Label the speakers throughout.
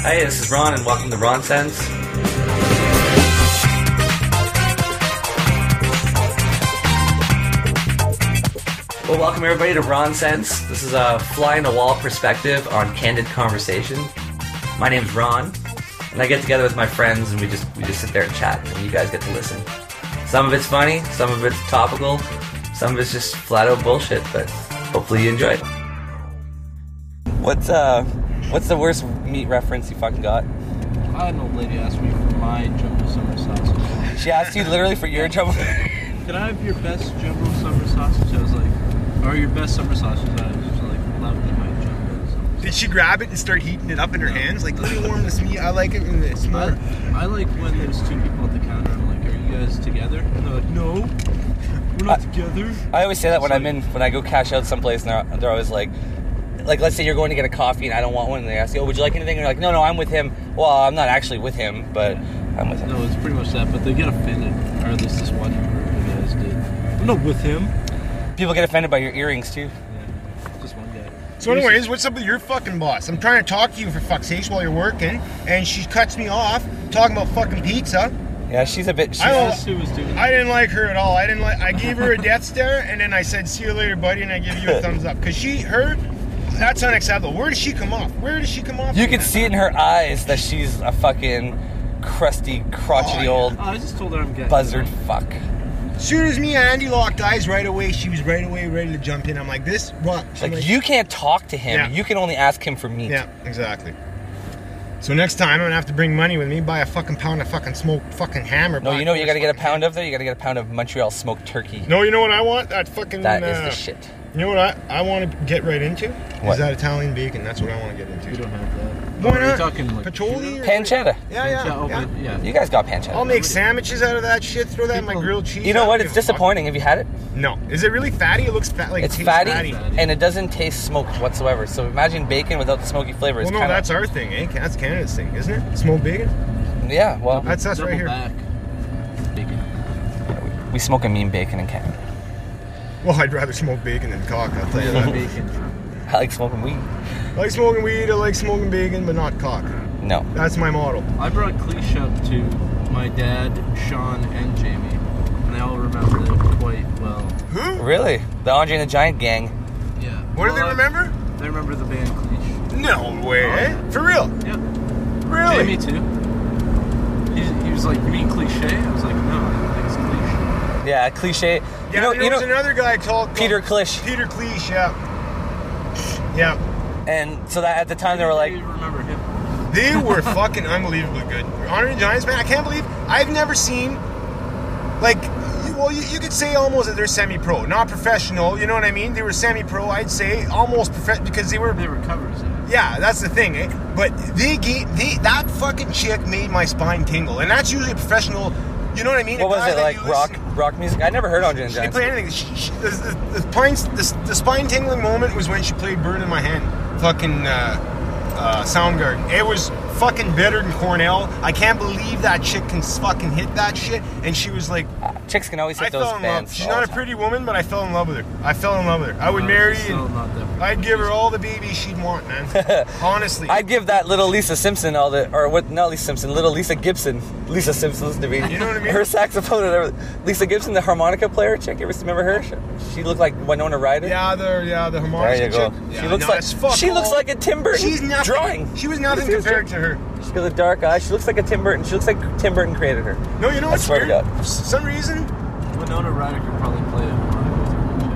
Speaker 1: Hey, this is Ron, and welcome to Ron Sense. Well, welcome everybody to Ron Sense. This is a fly in the wall perspective on candid conversation. My name's Ron, and I get together with my friends, and we just we just sit there and chat, and you guys get to listen. Some of it's funny, some of it's topical, some of it's just flat out bullshit. But hopefully you enjoy it. What's uh, what's the worst meat reference you fucking got?
Speaker 2: I had an old lady ask me for my jumbo summer sausage.
Speaker 1: She asked you literally for your trouble.
Speaker 2: Can I have your best jumbo summer sausage? I was like, or your best summer sausage? I was just like, love me my jumbo summer
Speaker 3: Did she grab it and start heating it up in her
Speaker 2: No.
Speaker 3: hands? Like, let me warm this meat. I like it in this more.
Speaker 2: sausage. I, I like when there's two people at the counter. I'm like, are you guys together? And they're like, no, we're not together.
Speaker 1: I always say that when I'm in, when I go cash out someplace, and they're, they're always like, like let's say you're going to get a coffee and I don't want one, and they ask you, oh, would you like anything? And you're like, no, no, I'm with him. Well, I'm not actually with him, but I'm with him.
Speaker 2: No, it's pretty much that, but they get offended, or at least this one guys did. I'm not with him.
Speaker 1: People get offended by your earrings too.
Speaker 2: Yeah, just one guy.
Speaker 3: So, anyways, what's up with your fucking boss? I'm trying to talk to you for fuck's sakes while you're working, and she cuts me off talking about fucking pizza.
Speaker 1: Yeah, she's a bit. She's,
Speaker 3: I don't-
Speaker 2: Yes, who was doing
Speaker 3: I didn't like her at all. I didn't like. I gave her a death stare, and then I said, "See you later, buddy," and I give you a thumbs up because she, her, that's unacceptable. Where does she come off? Where does she come off?
Speaker 1: you
Speaker 3: from
Speaker 1: can
Speaker 3: that?
Speaker 1: see it in her eyes that she's a fucking crusty, crotchety
Speaker 3: Oh, yeah.
Speaker 1: old
Speaker 2: Oh, I just told her I'm gay.
Speaker 1: buzzard fuck.
Speaker 3: Soon as me and Andy locked eyes, right away she was right away ready to jump in. I'm like, "This rock."
Speaker 1: It's Like you can't talk to him.
Speaker 3: Yeah.
Speaker 1: You can only ask him for meat.
Speaker 3: Yeah, exactly. So next time I'm gonna have to bring money with me, buy a fucking pound of fucking smoked fucking hammer.
Speaker 1: No,
Speaker 3: buy
Speaker 1: you know what you gotta get a
Speaker 3: fucking-
Speaker 1: pound of there. You gotta get a pound of Montreal smoked turkey.
Speaker 3: No, you know what I want? That fucking.
Speaker 1: That is
Speaker 3: uh,
Speaker 1: the shit.
Speaker 3: You know what I, I want to get right into?
Speaker 1: What?
Speaker 3: Is that Italian bacon? That's what I want to get
Speaker 2: We
Speaker 3: into.
Speaker 2: don't have that.
Speaker 3: Why
Speaker 2: Are we
Speaker 3: not?
Speaker 2: talking like
Speaker 3: Patchouli? Or...
Speaker 1: Pancetta.
Speaker 2: Yeah,
Speaker 3: Yeah, yeah,
Speaker 2: oh,
Speaker 3: yeah.
Speaker 2: but- yeah.
Speaker 1: You guys got
Speaker 3: I'll
Speaker 1: pancetta.
Speaker 3: make sandwiches out of that shit. Throw that in my
Speaker 2: People-
Speaker 3: grilled cheese.
Speaker 1: You know
Speaker 3: I
Speaker 1: what?
Speaker 3: don't
Speaker 1: It's
Speaker 3: give a fuck.
Speaker 1: disappointing. Have you had it?
Speaker 3: No, is it really fatty? It looks fat. Like
Speaker 1: It's
Speaker 3: tastes
Speaker 1: fatty,
Speaker 2: fatty.
Speaker 1: and it doesn't taste smoked whatsoever. So imagine bacon without the smoky flavor. It's
Speaker 3: Well, no,
Speaker 1: kinda,
Speaker 3: that's our thing, eh? That's Canada's thing, isn't it? Smoked bacon.
Speaker 1: yeah. Well,
Speaker 3: That's us right
Speaker 2: Double
Speaker 3: here.
Speaker 2: Back. Bacon.
Speaker 1: we smoke a mean bacon in Canada.
Speaker 3: Well, I'd rather smoke bacon than cock. I'll tell you that.
Speaker 2: Bacon.
Speaker 1: I like smoking weed.
Speaker 3: I like smoking weed. I like smoking bacon, but not cock.
Speaker 1: No.
Speaker 3: That's my model.
Speaker 2: I brought cliche up to my dad, Sean, and Jamie, and they all remember it quite well.
Speaker 3: Who?
Speaker 1: Really? The Andre and the Giant gang.
Speaker 2: Yeah.
Speaker 3: What
Speaker 2: Well,
Speaker 3: do they
Speaker 2: I-
Speaker 3: remember?
Speaker 2: They remember the band Cliche.
Speaker 3: No way. eh? For real?
Speaker 2: Yep.
Speaker 3: Really?
Speaker 2: Jamie too. He, he was like, "You mean Cliche?" I was like, "No, I don't think it's Cliche."
Speaker 1: Yeah, cliche.
Speaker 3: Yeah,
Speaker 1: you know,
Speaker 3: there
Speaker 1: you know,
Speaker 3: was another guy called
Speaker 1: Peter Klisch.
Speaker 3: Peter Cleese, yeah. Yeah.
Speaker 1: And so that at the time they were like,
Speaker 2: They remember him.
Speaker 3: They were fucking unbelievably good. Honor the Giants, man, I can't believe I've never seen like you- well, you, you could say almost that they're semi-pro, not professional. You know what I mean? They were semi-pro. I'd say almost prof because they were
Speaker 2: They were covers. Yeah.
Speaker 3: Yeah, that's the thing, eh? But they gave they that fucking chick made my spine tingle, and that's usually a professional. You know what I mean? A
Speaker 1: what was
Speaker 3: guy
Speaker 1: it
Speaker 3: that
Speaker 1: like?
Speaker 3: you
Speaker 1: Rock,
Speaker 3: listen-
Speaker 1: rock music. I never heard Andre and the
Speaker 3: She didn't
Speaker 1: Giant.
Speaker 3: play anything. She, she, the, the, the, spine, the, the spine tingling moment was when she played "Burn in My Hand," fucking uh, uh, Soundgarden. It was fucking better than Cornell. I can't believe that chick can fucking hit that shit. And she was like,
Speaker 1: Chicks can always hit
Speaker 3: I
Speaker 1: those
Speaker 3: fell in love.
Speaker 1: bands.
Speaker 3: She's
Speaker 1: all
Speaker 3: not
Speaker 1: the
Speaker 3: a
Speaker 1: time.
Speaker 3: pretty woman, but I fell in love with her. I fell in love with her. I would
Speaker 2: Uh,
Speaker 3: marry
Speaker 2: she's still
Speaker 3: and
Speaker 2: not that
Speaker 3: I'd give her all the babies she'd want, man. Honestly,
Speaker 1: I'd give that little Lisa Simpson all the, or what? Not Lisa Simpson, little Lisa Gibson. Lisa Simpson, listen to me.
Speaker 3: You know what I mean?
Speaker 1: Her saxophone and everything. Lisa Gibson, the harmonica player chick. You ever remember her? She- She looked like Winona Ryder.
Speaker 3: Yeah, the yeah the
Speaker 1: There
Speaker 3: harmonica.
Speaker 1: you go.
Speaker 3: chick. Yeah,
Speaker 1: she looks
Speaker 3: no, it's
Speaker 1: like
Speaker 3: fuck
Speaker 1: she looks
Speaker 3: all.
Speaker 1: like a Tim Burton
Speaker 3: She's nothing.
Speaker 1: drawing.
Speaker 3: She was nothing
Speaker 1: She
Speaker 3: compared to her.
Speaker 1: She's got a dark eye. She looks like a Tim Burton. She looks like Tim Burton created her.
Speaker 3: No, you know
Speaker 1: I
Speaker 3: what's
Speaker 1: swear to
Speaker 3: weird?
Speaker 1: God.
Speaker 3: For some reason,
Speaker 2: Good. Winona Ryder could probably play it.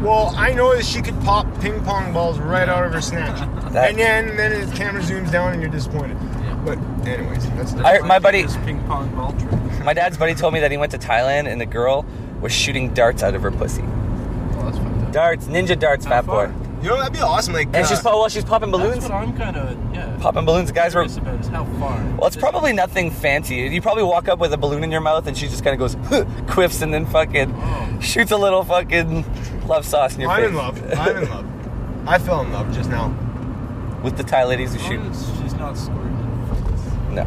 Speaker 3: well, I know that she could pop ping pong balls right out of her snatch.
Speaker 1: That-
Speaker 3: and then then the camera zooms down and you're disappointed.
Speaker 2: Yeah.
Speaker 3: But anyways, that's
Speaker 1: I- my buddy-
Speaker 2: This ping pong ball trick. Oh,
Speaker 1: My dad's buddy told me that he went to Thailand and the girl was shooting darts out of her pussy.
Speaker 2: Well, that's fucked up.
Speaker 1: Darts, ninja darts,
Speaker 2: How
Speaker 1: fat
Speaker 2: far?
Speaker 1: boy.
Speaker 3: you know that'd be awesome. Like
Speaker 1: And she's
Speaker 3: uh,
Speaker 1: po- well, she's popping
Speaker 2: That's
Speaker 1: balloons.
Speaker 2: what I'm kind of yeah.
Speaker 1: Popping balloons, guys were
Speaker 2: curious about is how far.
Speaker 1: Well, it's probably nothing fancy. You probably walk up with a balloon in your mouth, and she just kind of goes, quiffs, and then fucking
Speaker 2: Oh.
Speaker 1: shoots a little fucking love sauce in your
Speaker 3: I'm
Speaker 1: face.
Speaker 3: in love. I'm in love. I fell in love just now.
Speaker 1: With the Thai ladies who
Speaker 2: As
Speaker 1: shoot.
Speaker 2: long as she's not squirting.
Speaker 1: No.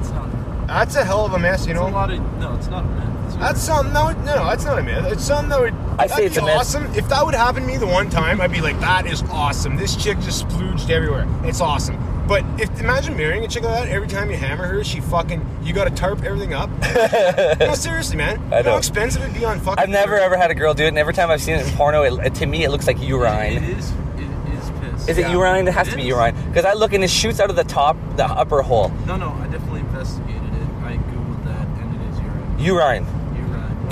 Speaker 2: It's not.
Speaker 3: That's a hell of a mess, you
Speaker 2: It's a
Speaker 3: know.
Speaker 2: lot of no. It's not men.
Speaker 1: Ah.
Speaker 2: It's
Speaker 3: That's something that would, no, no, that's not a myth. It's something that would
Speaker 1: I
Speaker 3: that'd
Speaker 1: say it's
Speaker 3: be
Speaker 1: a myth.
Speaker 3: awesome. If that would happen to me the one time, I'd be like, that is awesome. This chick just splooged everywhere. It's awesome. But if imagine marrying a chick like that, every time you hammer her, she fucking you gotta tarp everything up. no, seriously, man.
Speaker 1: I know.
Speaker 3: How expensive it'd be on fucking.
Speaker 1: I've never
Speaker 3: Ever-
Speaker 1: ever had a girl do it, and every time I've seen it in porno, it, to me it looks like
Speaker 2: It
Speaker 1: urine.
Speaker 2: is. It is piss.
Speaker 1: Is it
Speaker 3: Yeah.
Speaker 1: urine? It has to be
Speaker 2: It is.
Speaker 1: urine because I look and it shoots out of the top, the upper hole.
Speaker 2: No, no. I definitely investigated it. I googled that, and it is urine.
Speaker 1: Urine.
Speaker 2: Urine.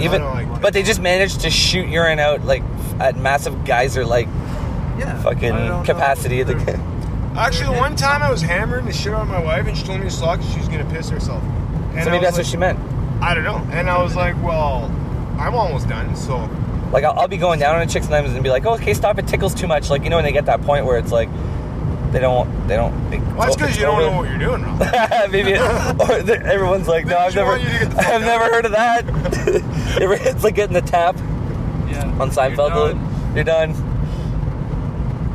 Speaker 1: Even,
Speaker 3: no, I-
Speaker 1: but they just managed to shoot urine out like f- at massive geyser like
Speaker 2: yeah, I don't know.
Speaker 1: fucking capacity of the.
Speaker 2: They're-
Speaker 3: Actually, the one time I was hammering the shit out of my wife, and she told me to stop because she was gonna piss herself. And
Speaker 1: so
Speaker 3: I
Speaker 1: maybe
Speaker 3: was
Speaker 1: that's what she
Speaker 3: like,
Speaker 1: meant.
Speaker 3: I don't know. And I was like, well, I'm almost done, so
Speaker 1: Like I'll, I'll be going down on a chick sometimes and be like, oh, okay, stop, it tickles too much. Like you know when they get that point where it's like they don't, they don't. They,
Speaker 3: well, that's because you don't know what you're doing, Rob.
Speaker 1: Maybe it, or the, everyone's like, no,
Speaker 3: They
Speaker 1: I've
Speaker 3: just
Speaker 1: never,
Speaker 3: want you to get the fuck
Speaker 1: I've
Speaker 3: out.
Speaker 1: never heard of that. it's like getting the tap
Speaker 2: yeah.
Speaker 1: on Seinfeld.
Speaker 2: You're
Speaker 1: You're
Speaker 2: done.
Speaker 1: done.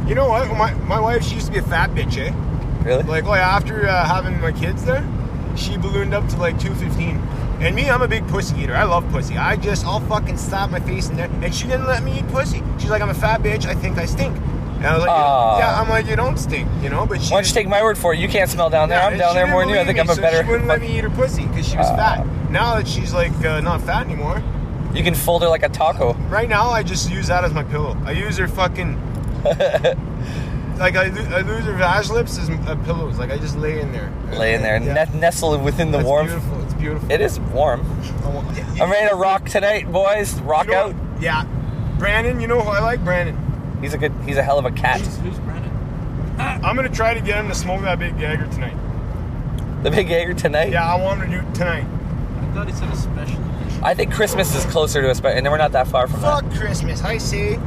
Speaker 3: You know what? My, my wife, she used to be a fat bitch, eh?
Speaker 1: Really?
Speaker 3: Like, like after uh, having my kids there, she ballooned up to like 215. And me, I'm a big pussy eater. I love pussy. I just, I'll fucking slap my face in there. And she didn't let me eat pussy. She's like, I'm a fat bitch. I think I stink. And I was like,
Speaker 1: Aw.
Speaker 3: yeah, I'm like, you don't stink, you know? But she.
Speaker 1: Why don't Ah. you take my word for it? You can't smell down there.
Speaker 3: Yeah,
Speaker 1: I'm
Speaker 3: and
Speaker 1: down
Speaker 3: she
Speaker 1: there
Speaker 3: didn't
Speaker 1: more than you. I
Speaker 3: believe
Speaker 1: think I'm
Speaker 3: me,
Speaker 1: a
Speaker 3: so
Speaker 1: better.
Speaker 3: She wouldn't let me eat her pussy because she was
Speaker 1: Ah.
Speaker 3: fat. Now that she's like uh, not fat anymore,
Speaker 1: You can fold her like a taco.
Speaker 3: right now I just use that as my pillow. I use her fucking. like I, lo- I lose her vaselips as uh, pillows. Like I just lay in there.
Speaker 1: Lay in there,
Speaker 3: Yeah.
Speaker 1: ne- nestled within the
Speaker 3: It's
Speaker 1: warmth.
Speaker 3: beautiful. It's beautiful.
Speaker 1: It is warm.
Speaker 3: I want- Yeah,
Speaker 1: I'm ready to rock tonight, boys. Rock
Speaker 3: you know-
Speaker 1: out.
Speaker 3: Yeah. Brandon, you know who I like? Brandon.
Speaker 1: He's a good. He's a hell of a cat.
Speaker 2: Who's, who's Brandon?
Speaker 3: I'm gonna try to get him to smoke that big gagger tonight.
Speaker 1: The big egger tonight.
Speaker 3: Yeah, I want him to do it tonight.
Speaker 2: I thought he said a special edition.
Speaker 1: I think Christmas is closer to us, but and we're not that far from
Speaker 3: Fuck Christmas, I say.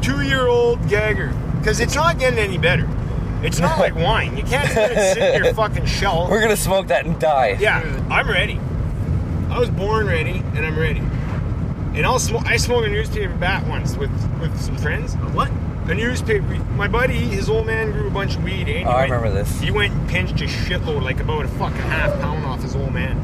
Speaker 3: Two-year-old gagger, because it's not getting any better. It's not like wine. You can't let it sit in your fucking shell.
Speaker 1: that. We're gonna smoke that and die.
Speaker 3: Yeah,
Speaker 2: Dude.
Speaker 3: I'm ready. I was born ready, and I'm ready. And I'll smoke. I smoked a newspaper bat once with with some friends.
Speaker 2: A what?
Speaker 3: A newspaper. My buddy, his old man grew a bunch of weed. Eh?
Speaker 1: Oh, I remember this.
Speaker 3: He went and pinched a shitload, like about a fucking half pound off his old man.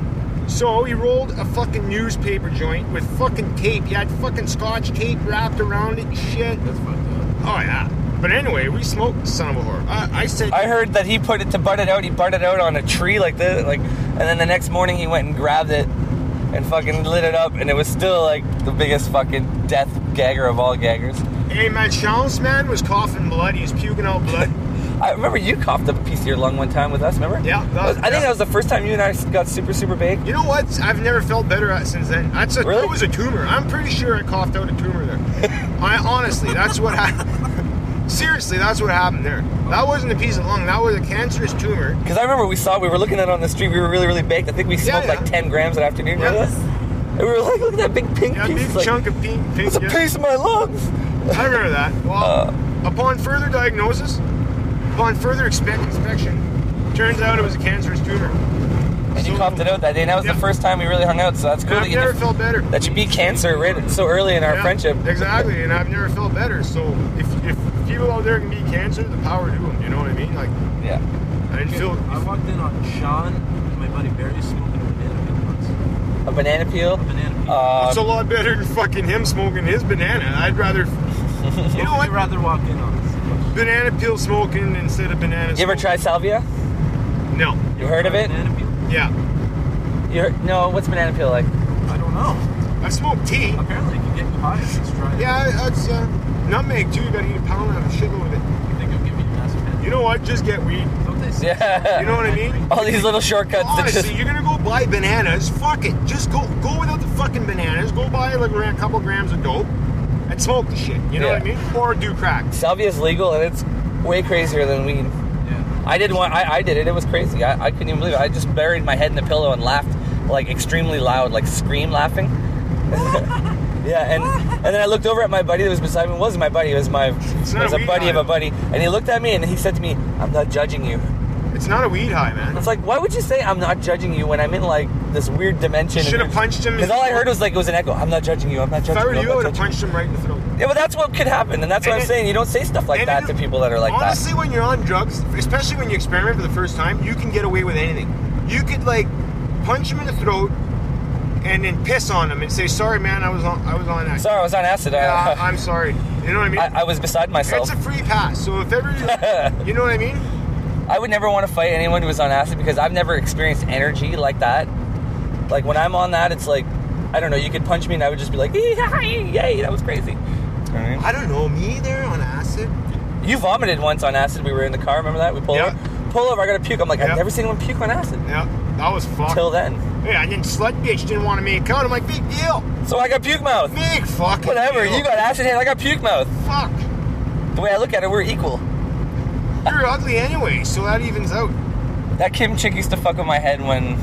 Speaker 3: So he rolled a fucking newspaper joint with fucking tape. He had fucking scotch tape wrapped around it and shit.
Speaker 2: That's fucked
Speaker 3: Oh, yeah. But anyway, we smoked son of a whore. I, I said,
Speaker 1: I heard that he put it to butt it out. He butt it out on a tree like this, like, and then the next morning he went and grabbed it and fucking lit it up, and it was still like the biggest fucking death gagger of all gaggers.
Speaker 3: hey, my chance man was coughing blood. He was puking out blood.
Speaker 1: I remember you coughed up a piece of your lung one time with us. Remember?
Speaker 3: Yeah, that was-
Speaker 1: I think
Speaker 3: yeah.
Speaker 1: that was the first time you and I got super super big.
Speaker 3: You know what? I've never felt better at- since then. That's a,
Speaker 1: Really?
Speaker 3: That was a tumor. I'm pretty sure I coughed out a tumor there. I honestly, that's what happened. Seriously, that's what happened there. That wasn't a piece of lung. That was a cancerous tumor.
Speaker 1: Because I remember we saw we were looking at it on the street. We were really really baked. I think we smoked
Speaker 3: yeah.
Speaker 1: like ten grams that afternoon.
Speaker 3: Yeah.
Speaker 1: remember this? And we were like, look at that big pink
Speaker 3: Yeah,
Speaker 1: piece.
Speaker 3: big
Speaker 1: like,
Speaker 3: chunk of pink. pink
Speaker 1: it's a
Speaker 3: yeah.
Speaker 1: piece Uh. of my lungs.
Speaker 3: I remember that. Well, upon further diagnosis, upon further expe- inspection, turns out it was a cancerous tumor.
Speaker 1: And you
Speaker 3: So-
Speaker 1: coughed it out that day. And that was
Speaker 3: Yeah.
Speaker 1: the first time we really hung out. So that's
Speaker 3: And
Speaker 1: cool that
Speaker 3: I've
Speaker 1: you,
Speaker 3: never
Speaker 1: did-
Speaker 3: felt better.
Speaker 1: that you beat cancer right so early in our
Speaker 3: Yeah,
Speaker 1: friendship.
Speaker 3: Exactly, and I've never felt better. So if, if people out there can beat cancer, the power to them. You know what I mean? Like
Speaker 1: Yeah.
Speaker 3: I didn't
Speaker 2: up.
Speaker 3: feel.
Speaker 2: I walked in on Sean and my buddy Barry smoking a banana peel once.
Speaker 1: A banana peel.
Speaker 2: A banana peel.
Speaker 1: Uh,
Speaker 3: It's a lot better than fucking him smoking his banana. I'd rather, you know
Speaker 2: I'd
Speaker 3: what,
Speaker 2: rather walk in on this.
Speaker 3: banana peel smoking instead of banana.
Speaker 1: you ever try salvia?
Speaker 3: smoking. No.
Speaker 1: You heard of it?
Speaker 2: Banana peel?
Speaker 3: Yeah,
Speaker 1: You heard, no. What's banana peel like?
Speaker 2: I don't know.
Speaker 3: I've smoked tea.
Speaker 2: Apparently, it can get you high. Let's try it.
Speaker 3: Yeah, that's uh, nutmeg too. You gotta eat a pound of shit with it.
Speaker 2: I think I'm giving you massive head.
Speaker 3: You know what? Just get weed.
Speaker 2: Don't they say?
Speaker 1: Yeah.
Speaker 3: You know what I mean?
Speaker 1: All these little shortcuts. that just,
Speaker 3: Honestly, you're gonna go buy bananas. Fuck it. Just go go without the fucking bananas. Go buy like a couple grams of dope and smoke the shit. You know what I
Speaker 1: Yeah.
Speaker 3: mean? Or do crack.
Speaker 1: salvia is legal and it's way crazier than weed.
Speaker 2: Yeah.
Speaker 1: I did one. I, I did it. It was crazy. I, I couldn't even believe it. I just buried my head in the pillow and laughed like extremely loud, like scream laughing. yeah, and and then I looked over at my buddy that was beside me. It wasn't my buddy. It was my it
Speaker 3: not
Speaker 1: was
Speaker 3: a
Speaker 1: a
Speaker 3: weed
Speaker 1: buddy of
Speaker 3: guy.
Speaker 1: a buddy. And he looked at me and he said to me, "I'm not judging you."
Speaker 3: It's not a weed high, man.
Speaker 1: It's like, why would you say I'm not judging you when I'm in like this weird dimension?
Speaker 3: Should have punched him.
Speaker 1: Because all I heard was like it was an echo. I'm not judging you. I'm not
Speaker 3: If
Speaker 1: judging
Speaker 3: I were
Speaker 1: you. I'm
Speaker 3: you,
Speaker 1: not
Speaker 3: I would have
Speaker 1: judging you."
Speaker 3: punched him right in the throat.
Speaker 1: Yeah, but that's what could happen, and that's what
Speaker 3: And
Speaker 1: I'm
Speaker 3: it-
Speaker 1: saying. You don't say stuff like
Speaker 3: And
Speaker 1: that
Speaker 3: you-
Speaker 1: to people that are like
Speaker 3: honestly, when you're on drugs, especially when you experiment for the first time, you can get away with anything. You could like punch him in the throat and then piss on him and say, "Sorry, man, I was on, I was on
Speaker 1: that.
Speaker 3: that.
Speaker 1: Sorry, I was on acid.
Speaker 3: Yeah, I,
Speaker 1: I,
Speaker 3: am sorry." You know what I mean?
Speaker 1: I, I was beside myself.
Speaker 3: it's a free pass. So if ever, you know what I mean?
Speaker 1: I would never want to fight anyone who was on acid because I've never experienced energy like that. Like when I'm on that, it's like I don't know. You could punch me and I would just be like, "Yay, that was crazy." Alright.
Speaker 4: I don't know. Me either on acid.
Speaker 1: You vomited once on acid. We were in the car. Remember that? We pulled
Speaker 3: Yeah.
Speaker 1: over. Pull over. I got to puke. I'm like,
Speaker 3: Yeah.
Speaker 1: I've never seen anyone puke on acid
Speaker 3: Yeah, that was fucked.
Speaker 1: until then.
Speaker 3: Yeah, and then slut bitch didn't want to make out. I'm like, big deal,
Speaker 1: So I got puke mouth.
Speaker 3: big fucking
Speaker 1: Whatever.
Speaker 3: deal.
Speaker 1: You got acid head. I got puke mouth.
Speaker 3: fuck.
Speaker 1: The way I look at it, we're equal.
Speaker 3: You're ugly anyway, so that evens out.
Speaker 1: That Kim chick used to fuck with my head when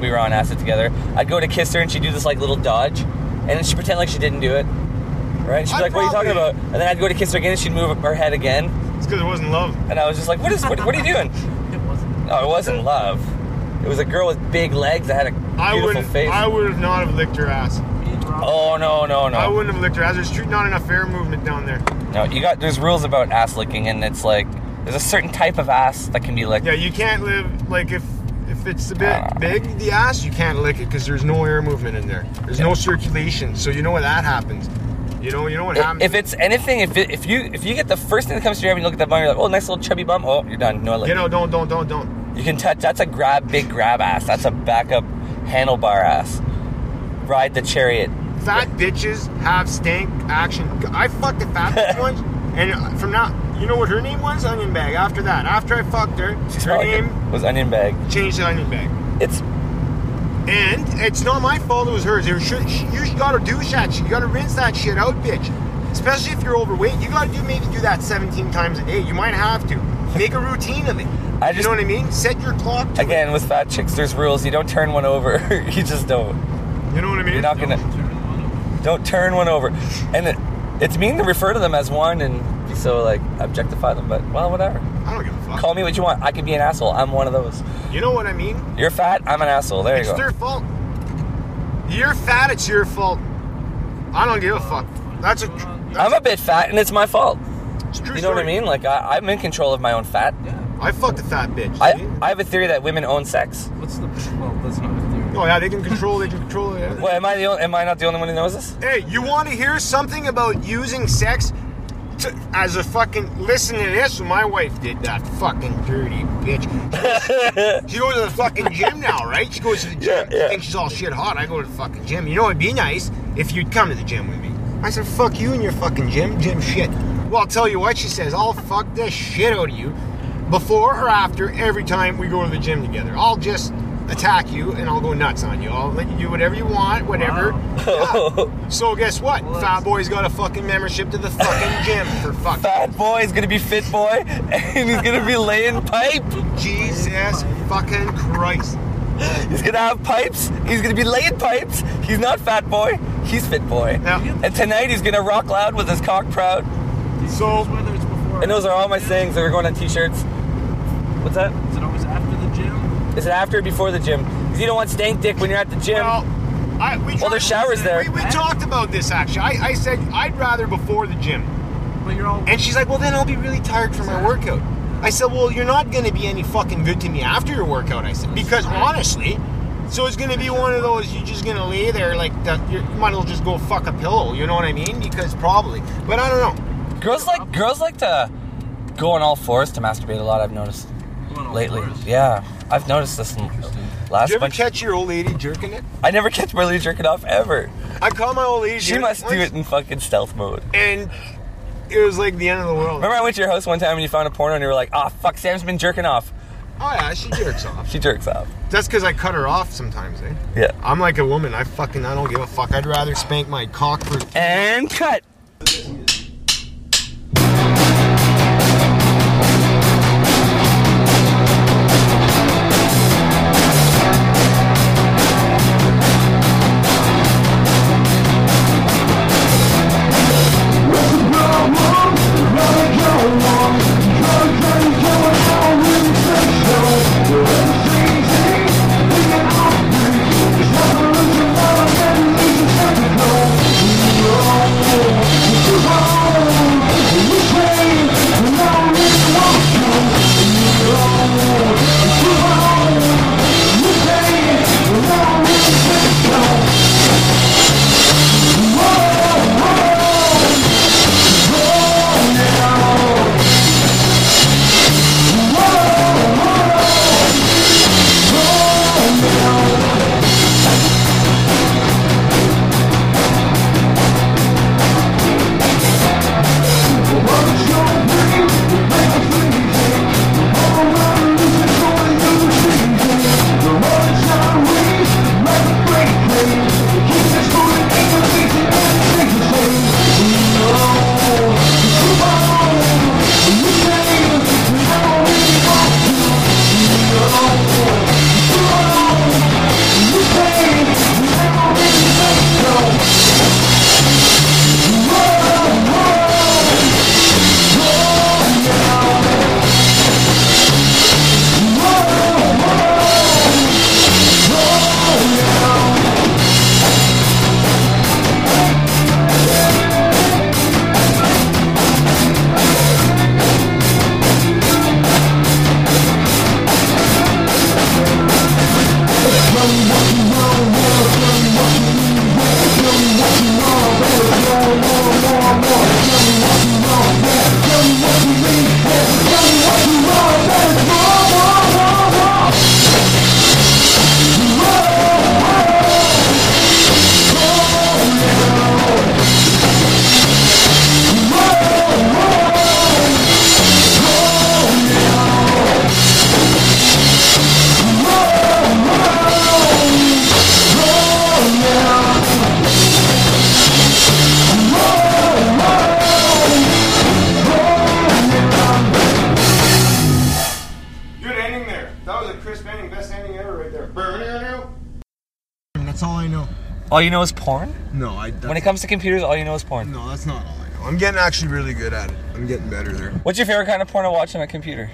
Speaker 1: we were on acid together. I'd go to kiss her and she'd do this like little dodge, and then she'd pretend like she didn't do it. Right? She'd be
Speaker 3: I
Speaker 1: like, "What are you talking
Speaker 3: probably-
Speaker 1: about?" And then I'd go to kiss her again, and she'd move her head again,
Speaker 3: It's because it wasn't love.
Speaker 1: and I was just like, "What is? What, what are you doing?"
Speaker 2: It wasn't.
Speaker 1: No, it wasn't love. It was a girl with big legs that had a
Speaker 3: I
Speaker 1: beautiful
Speaker 3: wouldn't.
Speaker 1: face.
Speaker 3: I would have not have licked her ass.
Speaker 2: Me and Rob.
Speaker 1: oh no no no!
Speaker 3: I wouldn't have licked her ass. There's tr- not enough air movement down there.
Speaker 1: No, you got there's rules about ass licking, and it's like there's a certain type of ass that can be licked.
Speaker 3: Yeah, you can't live like if if it's a bit
Speaker 1: Ah.
Speaker 3: big the ass, you can't lick it because there's no air movement in there. There's no circulation, so you know what that happens. You know, you know what
Speaker 1: If-
Speaker 3: happens.
Speaker 1: If it's anything, if, it, if you if you get the first thing that comes to your head, and you look at that bum, you're like, oh, nice little chubby bum. Oh, you're done. No, like
Speaker 3: you know, don't, don't, don't, don't.
Speaker 1: you can touch. That's a grab, big grab ass. That's a backup handlebar ass. Ride the chariot.
Speaker 3: Fat bitches have stank action. I fucked a fat bitch once, and from now, you know what her name was? Onion bag. After that, after I fucked her, her name
Speaker 1: was onion bag.
Speaker 3: changed to onion bag.
Speaker 1: It's
Speaker 3: And it's not my fault it was hers. It was, she, she- you gotta do that shit. You gotta rinse that shit out, bitch. Especially if you're overweight. You gotta do maybe do that 17 times a day. You might have to. Make a routine of it.
Speaker 1: I
Speaker 3: you
Speaker 1: just-
Speaker 3: know what I mean? Set your clock to
Speaker 1: again with fat chicks. There's rules. You don't turn one over. you just don't.
Speaker 3: it. You know what I mean?
Speaker 1: You're not gonna.
Speaker 2: Turn one over.
Speaker 1: Don't turn one over. And it, it's mean to refer to them as one and be so like objectify them, but well, whatever.
Speaker 3: I don't give a fuck.
Speaker 1: Call me what you want. I could be an asshole. I'm one of those.
Speaker 3: You know what I mean?
Speaker 1: You're fat. I'm an asshole. There you
Speaker 3: It's
Speaker 1: go.
Speaker 3: their fault. You're fat, it's your fault. I don't give a fuck. That's a. tr-
Speaker 1: I'm a bit fat, and it's my fault.
Speaker 3: That's a true
Speaker 1: You know what I
Speaker 3: story.
Speaker 1: mean? Like I, I'm in control of my own fat.
Speaker 2: Yeah.
Speaker 3: I fucked a fat bitch.
Speaker 1: I,
Speaker 3: see?
Speaker 1: I have a theory that women own sex.
Speaker 2: What's the? Well, that's not a theory.
Speaker 3: oh, yeah, they can control, they can control it. yeah.
Speaker 1: Well, am I the only, am I not the only one who knows this?
Speaker 3: Hey, you want to hear something about using sex to, as a fucking. Listen to this. My wife did that fucking dirty bitch. She goes to the fucking gym now, right? She goes to the
Speaker 1: Yeah,
Speaker 3: gym.
Speaker 1: yeah.
Speaker 3: I think she's all shit hot. I go to the fucking gym. You know, it'd be nice if you'd come to the gym with me. I said, fuck you and your fucking gym, gym shit. Well, I'll tell you what, she says, I'll fuck the shit out of you before or after every time we go to the gym together. I'll just attack you and I'll go nuts on you. I'll let you do whatever you want, whatever. Yeah. So guess what?
Speaker 2: Well,
Speaker 3: Fat
Speaker 2: that's-
Speaker 3: Boy's got a fucking membership to the fucking gym for fucking
Speaker 1: Fat boy is gonna be fit boy, and he's gonna be laying pipe.
Speaker 3: Jesus fucking Christ.
Speaker 1: He's gonna have pipes. He's gonna be laying pipes. He's not fat boy. He's fit boy.
Speaker 3: Yeah.
Speaker 1: And tonight he's gonna rock loud with his cock proud.
Speaker 3: So
Speaker 2: Whether it's before.
Speaker 1: And those are all my sayings that are going on t-shirts. What's that?
Speaker 2: Is it always after the gym?
Speaker 1: Is it after or before the gym? Because you don't want stank dick when you're at the gym.
Speaker 3: Well, I, we
Speaker 1: Well, there's showers there.
Speaker 3: We, we talked about this actually. I, I said I'd rather before the gym,
Speaker 2: But you're all.
Speaker 3: and she's like, "Well, then I'll be really tired from my workout." I said, "Well, you're not going to be any fucking good to me after your workout." I said, "Because honestly, so it's going to be one of those you're just going to lay there like that. You're, you might as well just go fuck a pillow. You know what I mean? Because probably, but I don't know.
Speaker 1: girls like girls like to go on all fours to masturbate a lot. I've noticed
Speaker 2: Going on
Speaker 1: lately.
Speaker 2: tours.
Speaker 1: Yeah, I've noticed this in
Speaker 3: Did
Speaker 1: last
Speaker 3: you ever
Speaker 1: bunch.
Speaker 3: catch your old lady jerking it?
Speaker 1: I never catch Merlin jerking off ever.
Speaker 3: I caught my old lady.
Speaker 1: She
Speaker 3: jerking
Speaker 1: must do
Speaker 3: once,
Speaker 1: it in fucking stealth mode.
Speaker 3: and it was like the end of the world.
Speaker 1: Remember, I went to your house one time and you found a porno and you were like, "Ah, fuck, Sam's been jerking off."
Speaker 3: Oh yeah, she jerks off.
Speaker 1: She jerks off.
Speaker 3: That's because I cut her off sometimes, eh?
Speaker 1: Yeah.
Speaker 3: I'm like a woman. I fucking I don't give a fuck. I'd rather spank my cock for.
Speaker 1: And cut.
Speaker 5: Thank you.
Speaker 1: All you know is porn?
Speaker 3: No, I.
Speaker 1: When it comes to computers, all you know is porn.
Speaker 3: no, that's not all I know. I'm getting actually really good at it. I'm getting better there.
Speaker 1: What's your favorite kind of porn to watch on a computer?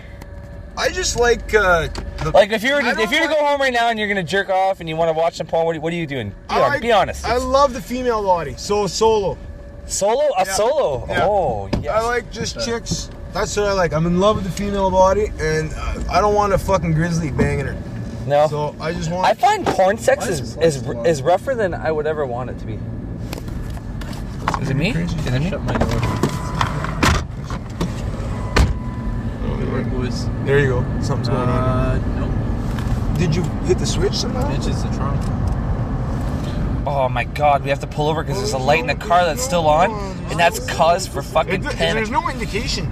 Speaker 3: I just like uh, the,
Speaker 1: Like if you were to,
Speaker 3: I don't
Speaker 1: if you were to go
Speaker 3: like-
Speaker 1: home right now and you're gonna jerk off and you want to watch some porn, what are, what are you doing? Be,
Speaker 3: I
Speaker 1: hon-
Speaker 3: like-
Speaker 1: be honest.
Speaker 3: I
Speaker 1: It's
Speaker 3: love the female body. So solo.
Speaker 1: solo, a
Speaker 3: Yeah.
Speaker 1: solo.
Speaker 3: Yeah.
Speaker 1: Oh yes.
Speaker 3: I like just chicks. That's what I like. I'm in love with the female body, and uh, I don't want a fucking grizzly banging her.
Speaker 1: no.
Speaker 3: So I just want.
Speaker 1: Oh. I find porn sex
Speaker 3: Why is
Speaker 1: is
Speaker 3: this
Speaker 1: is,
Speaker 3: light so
Speaker 1: r-
Speaker 3: loud?
Speaker 1: is rougher than I would ever want it to be. Is it me? Is it me?
Speaker 2: Shut my door. Boys.
Speaker 3: there you go. Something's going on.
Speaker 2: Uh, no.
Speaker 3: Did you hit the switch somehow?
Speaker 2: Bitches the trunk.
Speaker 1: Oh my god, we have to pull over because there's a light in the car that's still on, and that's cause for fucking
Speaker 3: It-
Speaker 1: panic.
Speaker 3: there's no indication.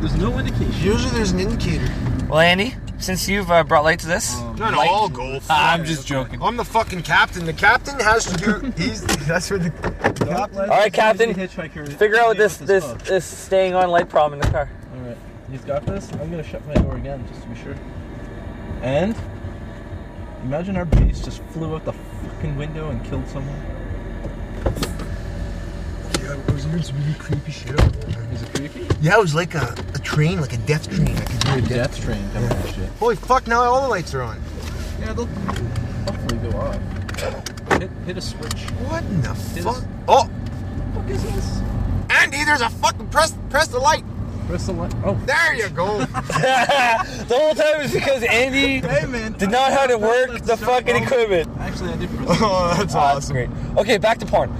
Speaker 2: There's no indication.
Speaker 3: Usually there's an indicator.
Speaker 1: Well, Andy, since you've uh, brought light to this,
Speaker 3: No, no,
Speaker 1: Light.
Speaker 3: I'll go.
Speaker 1: Ah, I'm just joking.
Speaker 3: I'm the fucking captain. The captain has to do. He's. That's where the captain.
Speaker 1: All right, Captain,
Speaker 2: Hitchhiker.
Speaker 1: Figure out this
Speaker 2: with
Speaker 1: this
Speaker 2: phone.
Speaker 1: this staying on light problem in the car.
Speaker 2: All right, you've got this. I'm gonna shut my door again just to be sure. And imagine our base just flew out the fucking window and killed someone.
Speaker 3: Yeah, it was weird, some really creepy shit. out there.
Speaker 2: Is it creepy?
Speaker 4: Yeah, it was like a, a train, like a death train. I could hear a death.
Speaker 2: Death train coming yeah. shit.
Speaker 3: Holy fuck! Now all the lights are on.
Speaker 2: Yeah, they'll hopefully go off. Hit, hit a switch.
Speaker 3: What in the
Speaker 2: It
Speaker 3: fuck?
Speaker 2: is-
Speaker 3: Oh,
Speaker 2: What the fuck is this?
Speaker 3: Andy, there's a fucking press. Press the light.
Speaker 2: Press the light. Oh,
Speaker 3: There you go.
Speaker 1: the whole time is because Andy
Speaker 2: hey man.
Speaker 1: did not know how to work the fucking equipment.
Speaker 2: Actually, I did press. the
Speaker 3: oh, that's
Speaker 1: Ah, that's
Speaker 3: awesome.
Speaker 1: great. Okay, back to porn.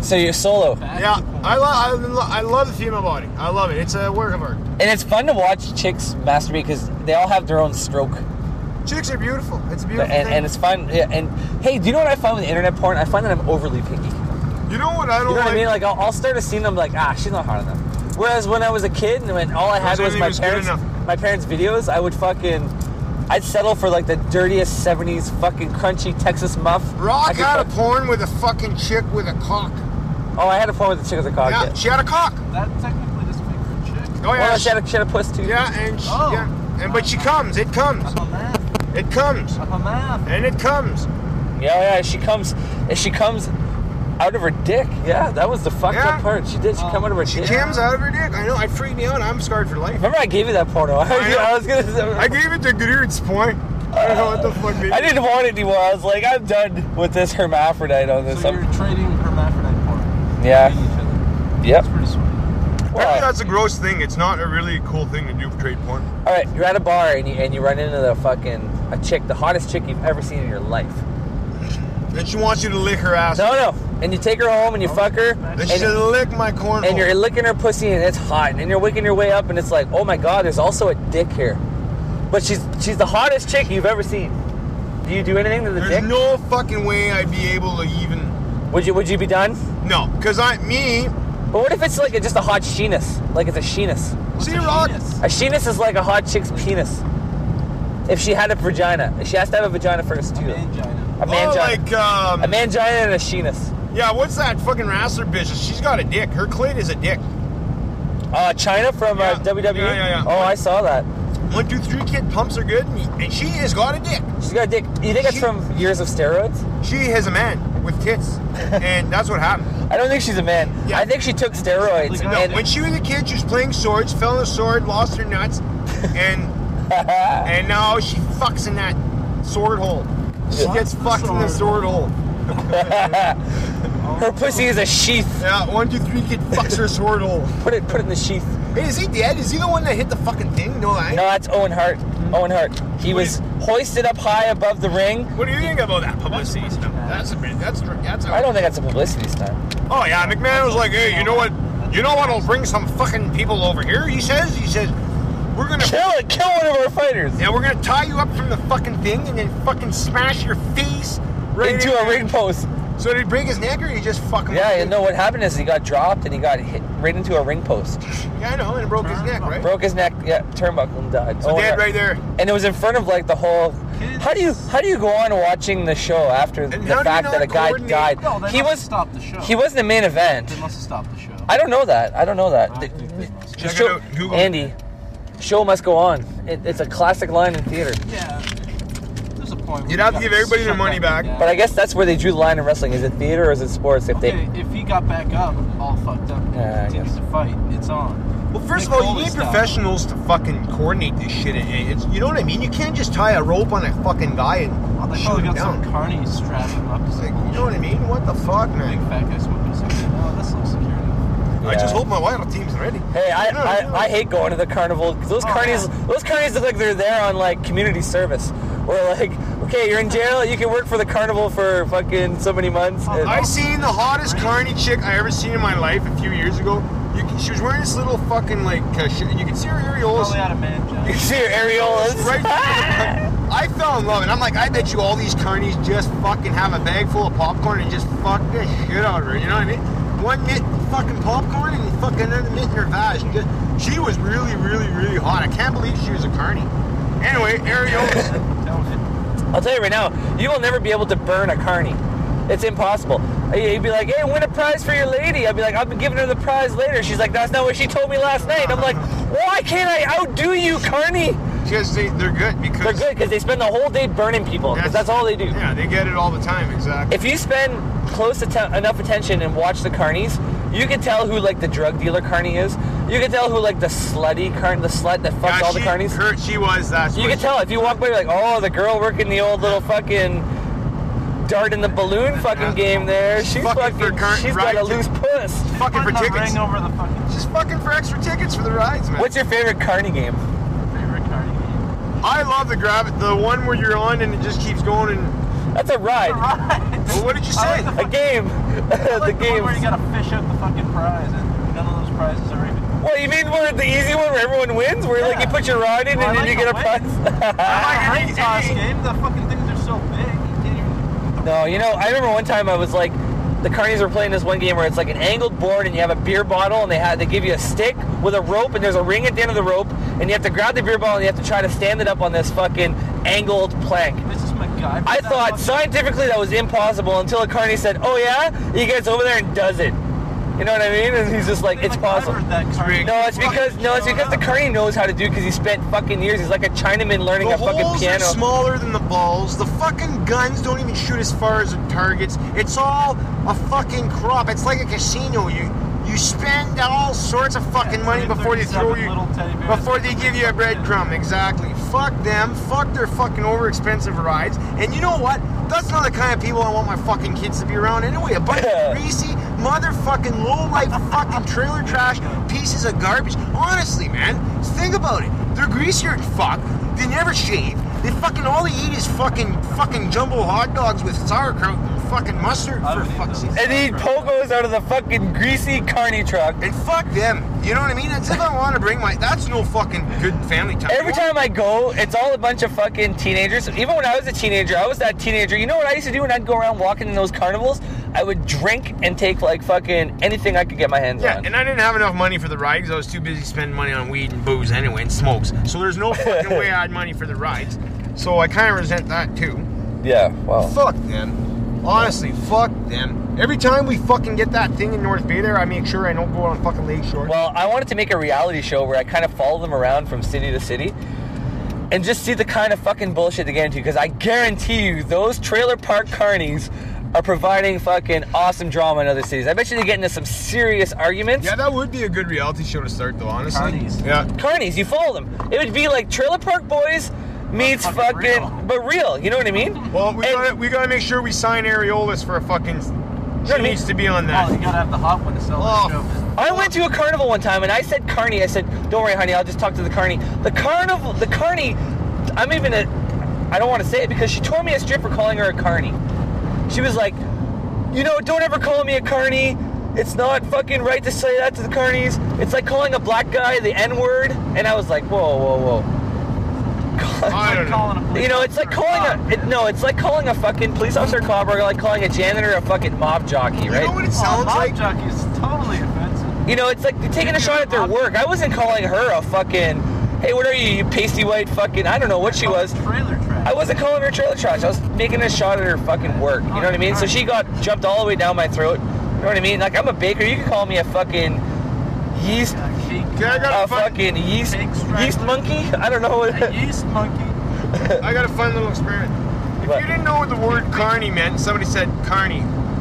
Speaker 1: So you're solo,
Speaker 2: back.
Speaker 3: Yeah, I love. I, lo- I love the female body. I love it. It's a work of art.
Speaker 1: and it's fun to watch chicks masturbate because they all have their own stroke,
Speaker 3: Chicks are beautiful. It's a beautiful.
Speaker 1: and,
Speaker 3: thing.
Speaker 1: and it's fun. Yeah, and hey, do you know what I find with internet porn? I find that I'm overly picky.
Speaker 3: you know what I don't
Speaker 1: You know
Speaker 3: like?
Speaker 1: what I mean? Like I'll, I'll start a scene, and I'm like, ah, she's not hot enough. Whereas when I was a kid and when all I had was
Speaker 3: Everything
Speaker 1: my
Speaker 3: was good
Speaker 1: parents,
Speaker 3: enough.
Speaker 1: my parents' videos, I would fucking, I'd settle for like the dirtiest '70s fucking crunchy Texas muff. I
Speaker 3: Rock
Speaker 1: could
Speaker 3: had a
Speaker 1: fuck-
Speaker 3: porn with a fucking chick with a cock.
Speaker 1: Oh, I had a porn with the chick with a cock.
Speaker 3: yeah,
Speaker 1: yeah.
Speaker 3: she had a cock.
Speaker 2: That technically doesn't make her a chick.
Speaker 3: Oh yeah.
Speaker 1: Well, she had a, she had a puss too.
Speaker 3: yeah, and she,
Speaker 2: Oh.
Speaker 3: yeah, and but she comes. It comes.
Speaker 2: I'm a man.
Speaker 1: Oh.
Speaker 3: It comes.
Speaker 2: I'm a man.
Speaker 3: And it comes.
Speaker 1: yeah, yeah, She comes, and she comes out of her dick. Yeah, that was the fucked
Speaker 3: Yeah.
Speaker 1: up part. She did. She come out of her
Speaker 3: She
Speaker 1: dick.
Speaker 3: comes out of her dick. I know. I freaked me out. I'm scarred for life.
Speaker 1: Remember, I gave you that porno. I,
Speaker 3: I know.
Speaker 1: was gonna.
Speaker 3: I gave it to Groot's point. I don't know what the fuck. they-
Speaker 1: I didn't want it anymore. I was like, I'm done with this hermaphrodite on this.
Speaker 2: So
Speaker 1: I'm-
Speaker 2: you're trading hermaphrodite porn.
Speaker 1: Yeah.
Speaker 2: Each other.
Speaker 1: Yep.
Speaker 2: That's pretty sweet.
Speaker 3: Apparently
Speaker 1: Well,
Speaker 3: that's a gross thing. It's not a really cool thing to do. Trade porn.
Speaker 1: All right, you're at a bar and you, and you run into the fucking a chick, the hottest chick you've ever seen in your life.
Speaker 3: Then she wants you to lick her ass.
Speaker 1: No, no, and you take her home and you fuck her,
Speaker 3: Then she
Speaker 1: and,
Speaker 3: said, lick my corn.
Speaker 1: and you're licking her pussy and it's hot, and you're waking your way up and it's like, oh my god, there's also a dick here, but she's she's the hottest chick you've ever seen. Do you do anything to the
Speaker 3: There's
Speaker 1: dick?
Speaker 3: no fucking way I'd be able to even.
Speaker 1: would you would you be done?
Speaker 3: No, because I me.
Speaker 1: But what if it's like a, just a hot sheenus, like it's a sheenus?
Speaker 3: see, Rock.
Speaker 1: A sheenus is like a hot chick's penis. If she had a vagina, she has to have a vagina first too.
Speaker 2: Mangina.
Speaker 1: A mangina,
Speaker 3: Oh, like um.
Speaker 1: a mangina, and a sheenus.
Speaker 3: yeah, what's that fucking wrestler bitch? She's got a dick. Her clit is a dick.
Speaker 1: Uh, China from uh,
Speaker 3: Yeah.
Speaker 1: WWE.
Speaker 3: Yeah, yeah, yeah.
Speaker 1: Oh, I saw that.
Speaker 3: One, two, three kid pumps are good, and and she has got a dick.
Speaker 1: She's got a dick. You think it's
Speaker 3: She-
Speaker 1: from years of steroids?
Speaker 3: She has a man with tits, and that's what happened.
Speaker 1: I don't think she's a man.
Speaker 3: Yeah.
Speaker 1: I think she took steroids.
Speaker 2: No,
Speaker 3: No,
Speaker 1: and
Speaker 3: when she was a kid, she was playing swords, fell on a sword, lost her nuts, and and now she fucks in that sword hole. She gets fucked in the sword hole.
Speaker 1: her pussy is a sheath.
Speaker 3: Yeah, one, two, three kid fucks her sword hole.
Speaker 1: Put it, put it in the sheath.
Speaker 3: Hey, is he dead? Is he the one that hit the fucking thing? No, I.
Speaker 1: No, that's Owen Hart.
Speaker 3: Mm-hmm.
Speaker 1: Owen Hart. He was hoisted up high above the ring.
Speaker 3: What do you think about that publicity stuff? That's a bit. That's that's.
Speaker 1: I don't think that's a publicity stunt.
Speaker 3: Oh yeah, McMahon was like, hey, you know what? You know what'll bring some fucking people over here? He says. He says, we're gonna.
Speaker 1: Kill it! Kill one of our fighters
Speaker 3: Yeah, we're gonna tie you up from the fucking thing and then fucking smash your face right
Speaker 1: into
Speaker 3: in
Speaker 1: a
Speaker 3: there."
Speaker 1: ring post.
Speaker 3: So did he break his neck or he just fucking?
Speaker 1: Yeah, you know what happened is he got dropped and he got hit right into a ring post.
Speaker 3: Yeah, I know, and it broke his neck, right?
Speaker 1: Broke his neck. Yeah, turnbuckle and died.
Speaker 3: So
Speaker 1: Owen
Speaker 3: dead
Speaker 1: Hart.
Speaker 3: right there.
Speaker 1: and it was in front of like the whole. How do you how do you go on watching the show after
Speaker 3: how do
Speaker 1: the
Speaker 3: you
Speaker 1: fact
Speaker 3: not
Speaker 1: that a guy
Speaker 3: coordinate?
Speaker 1: died?
Speaker 2: No, they
Speaker 1: he
Speaker 2: must
Speaker 1: was
Speaker 2: have stopped the show.
Speaker 1: he was the main event.
Speaker 2: They must have stopped the show.
Speaker 1: I don't know that. I don't know that. The-
Speaker 2: think they must.
Speaker 1: the
Speaker 3: Check it
Speaker 1: show-
Speaker 3: out, Google it.
Speaker 1: Andy, show must go on. It, it's a classic line in theater.
Speaker 2: Yeah. There's a point.
Speaker 3: You'd have to give everybody their money back.
Speaker 1: But I guess that's where they drew the line in wrestling. Is it theater or is it sports? If
Speaker 2: okay,
Speaker 1: they
Speaker 2: if he got back up, all fucked up, and
Speaker 1: Yeah, I
Speaker 2: continued
Speaker 1: guess.
Speaker 2: to fight, it's on.
Speaker 3: Well, first of
Speaker 2: Nick
Speaker 3: all, you
Speaker 2: Foley
Speaker 3: need
Speaker 2: style.
Speaker 3: professionals to fucking coordinate this shit. It- It's, you know what I mean? You can't just tie a rope on a fucking guy and
Speaker 2: Oh, They
Speaker 3: shoot
Speaker 2: probably
Speaker 3: him
Speaker 2: got
Speaker 3: down.
Speaker 2: some carny strapping him up to
Speaker 3: It's
Speaker 2: some
Speaker 3: like, you know what I mean? What the fuck,
Speaker 2: big
Speaker 3: man?
Speaker 2: fat guy smoking something. Oh, this looks secure enough.
Speaker 3: I just
Speaker 1: Yeah.
Speaker 3: hope my wild team's ready.
Speaker 1: hey, I,
Speaker 3: You know, you know.
Speaker 1: I, I hate going to the carnival. 'cause Those
Speaker 2: Oh,
Speaker 1: carnies,
Speaker 2: yeah.
Speaker 1: those carnies look like they're there on like community service. Or like, okay, you're in jail. You can work for the carnival for fucking so many months.
Speaker 2: Oh,
Speaker 1: and-
Speaker 3: I seen the hottest carny chick I ever seen in my life a few years ago. You, can- she was wearing this little fucking like uh, shit, and you could see her areolas.
Speaker 1: Oh,
Speaker 2: Probably had a man
Speaker 1: you
Speaker 2: jacket.
Speaker 1: see your areolas.
Speaker 3: Right. I fell in love, and I'm like, I bet you all these carnies just fucking have a bag full of popcorn and just fuck this shit out of her. You know what I mean? One mitt fucking popcorn and fucking another mitt in her vag. And just, she was really, really, really hot. I can't believe she was a carny. Anyway, areolas.
Speaker 2: Tell me.
Speaker 1: I'll tell you right now, you will never be able to burn a carny. It's impossible. Hey, You'd be like, hey, win a prize for your lady. I'd be like, I'll be giving her the prize later. She's like, that's not what she told me last night. I'm like, why can't I outdo you, carny?
Speaker 3: Because they, they're good. Because
Speaker 1: They're good because they spend the whole day burning people because that's all they do.
Speaker 3: Yeah, they get it all the time. Exactly.
Speaker 1: If you spend close atten- enough attention and watch the carnies, you can tell who like the drug dealer carny is. You can tell who like the slutty carny, the slut that fucks
Speaker 3: Yeah,
Speaker 1: all the
Speaker 3: she-
Speaker 1: carnies.
Speaker 3: her- she was. uh, That's
Speaker 1: You
Speaker 3: what
Speaker 1: can
Speaker 3: she-
Speaker 1: tell if you walk by, you're like, oh, the girl working the old little fucking dart in the balloon fucking game there. She's
Speaker 3: Fucking
Speaker 1: fucking,
Speaker 3: for current
Speaker 1: she's got a
Speaker 3: ride
Speaker 1: loose puss.
Speaker 3: Fucking for
Speaker 2: Putting the
Speaker 3: tickets.
Speaker 2: Ring over the fucking
Speaker 3: She's fucking for extra tickets for the rides, man.
Speaker 1: What's your favorite carny game?
Speaker 2: favorite carny game.
Speaker 3: I love the grab the one where you're on and it just keeps going and.
Speaker 1: That's a ride,
Speaker 2: Right.
Speaker 3: Well, what did you say?
Speaker 2: I like the
Speaker 1: a game.
Speaker 2: I like
Speaker 1: the
Speaker 2: the one
Speaker 1: game.
Speaker 2: where you gotta fish out the fucking prize, and none of those prizes are even.
Speaker 1: What you mean? Where the easy one where everyone wins? Where like you
Speaker 2: Yeah.
Speaker 1: put your rod in
Speaker 2: Well,
Speaker 1: and
Speaker 2: I
Speaker 1: then you
Speaker 2: like
Speaker 1: get a
Speaker 2: the
Speaker 1: prize?
Speaker 2: Ah,
Speaker 3: Like,
Speaker 2: ring toss
Speaker 3: eh, eh,
Speaker 2: game. The fucking things are so big. You can't even.
Speaker 1: no, you know, I remember one time I was like, the carnies were playing this one game where it's like an angled board and you have a beer bottle and they had they give you a stick with a rope and there's a ring at the end of the rope and you have to grab the beer bottle and you have to try to stand it up on this fucking angled plank.
Speaker 2: This is MacGyver.
Speaker 1: I
Speaker 2: That
Speaker 1: thought
Speaker 2: fucking-
Speaker 1: scientifically that was impossible until a carney said, "Oh yeah," he gets over there and does it. You know what I mean? And he's just like,
Speaker 2: they
Speaker 1: "It's
Speaker 2: MacGyvered
Speaker 1: possible."
Speaker 2: That carny.
Speaker 1: No, it's because no, it's
Speaker 2: Showing
Speaker 1: because the
Speaker 2: up.
Speaker 1: carney knows how to do because he spent fucking years. He's like a Chinaman learning
Speaker 3: The
Speaker 1: a fucking
Speaker 3: holes are
Speaker 1: piano.
Speaker 3: smaller than the balls. The fucking guns don't even shoot as far as the targets. It's all a fucking crop. It's like a casino. You you spend all sorts of fucking
Speaker 2: Yeah,
Speaker 3: money before they throw
Speaker 2: 37
Speaker 3: you
Speaker 2: little teddy bears.
Speaker 3: before they give you a breadcrumb. Exactly. Fuck them. Fuck their fucking over expensive rides. And you know what? That's not the kind of people I want my fucking kids to be around anyway. A bunch of greasy motherfucking low life fucking trailer trash pieces of garbage. Honestly, man, think about it. They're greasier than fuck. They never shave. They fucking all they eat is fucking fucking jumbo hot dogs with sauerkraut and fucking mustard
Speaker 2: I
Speaker 3: for
Speaker 2: don't eat
Speaker 3: fuck's
Speaker 2: those.
Speaker 3: sake.
Speaker 1: and he pogos out of the fucking greasy carney truck.
Speaker 3: And fuck them. You know what I mean? That's if I want to bring my. That's no fucking good family time.
Speaker 1: Every time I go, it's all a bunch of fucking teenagers. Even when I was a teenager, I was that teenager. You know what I used to do when I'd go around walking in those carnivals? I would drink and take like fucking anything I could get my hands
Speaker 3: Yeah,
Speaker 1: on.
Speaker 3: and I didn't have enough money for the ride because I was too busy spending money on weed and booze anyway and smokes. So there's no fucking way I had money for the rides. So I kind of resent that too.
Speaker 1: yeah, wow.
Speaker 3: Fuck them. Honestly, fuck them. Every time we fucking get that thing in North Bay there, I make sure I don't go on fucking Lakeshore.
Speaker 1: Well, I wanted to make a reality show where I kind of follow them around from city to city and just see the kind of fucking bullshit they get into because I guarantee you those trailer park carnies are providing fucking awesome drama in other cities. I bet you they get into some serious arguments.
Speaker 3: yeah, that would be a good reality show to start though, honestly.
Speaker 2: Carnies.
Speaker 3: Yeah.
Speaker 1: Carnies, you follow them. It would be like Trailer Park Boys meets
Speaker 2: But
Speaker 1: fucking,
Speaker 2: fucking real.
Speaker 1: but real. You know what I mean?
Speaker 3: Well, we
Speaker 1: And-
Speaker 3: gotta we gotta make sure we sign Areolas for a fucking.
Speaker 1: I
Speaker 3: She
Speaker 1: mean?
Speaker 3: needs to be on
Speaker 2: Oh, you
Speaker 3: that.
Speaker 2: gotta have the hot one to sell
Speaker 3: Oh.
Speaker 2: the show. man.
Speaker 1: I went to a carnival one time and I said carny. I said, "Don't worry, honey. I'll just talk to the carny." The carnival, the carny. I'm even a. I don't want to say it because she tore me a strip for calling her a carny. She was like, "You know, don't ever call me a carny. It's not fucking right to say that to the carnies. It's like calling a black guy the N word." And I was like, "Whoa, whoa, whoa."
Speaker 3: I
Speaker 2: It's
Speaker 3: don't
Speaker 2: like
Speaker 3: know.
Speaker 2: calling a police Oh,
Speaker 1: You know, it's like
Speaker 2: officer
Speaker 1: calling
Speaker 2: cop.
Speaker 1: a it, no, it's like calling a fucking police officer a cop or like calling a janitor a fucking mob jockey,
Speaker 3: You know
Speaker 1: right?
Speaker 3: what it
Speaker 2: Oh,
Speaker 3: sounds
Speaker 2: mob
Speaker 3: like?
Speaker 2: jockey is totally offensive.
Speaker 1: You know, it's like they're taking a shot at their work. I wasn't calling her a fucking hey, what are you, you pasty white fucking I don't know what she was.
Speaker 2: trailer trash.
Speaker 1: I wasn't calling her trailer trash. I was making a shot at her fucking work. You know what I mean? So she got jumped all the way down my throat. You know what I mean? Like I'm a baker. You can call me a fucking yeast,
Speaker 2: Yeah, she-
Speaker 3: Yeah, I got
Speaker 1: a
Speaker 3: a fun,
Speaker 1: fucking yeast,
Speaker 2: Pig
Speaker 1: yeast
Speaker 2: strangler.
Speaker 1: monkey. I don't know.
Speaker 2: a yeast monkey.
Speaker 3: I got a fun little experiment. If If
Speaker 1: What?
Speaker 3: you didn't know what the word carny meant, somebody said carny.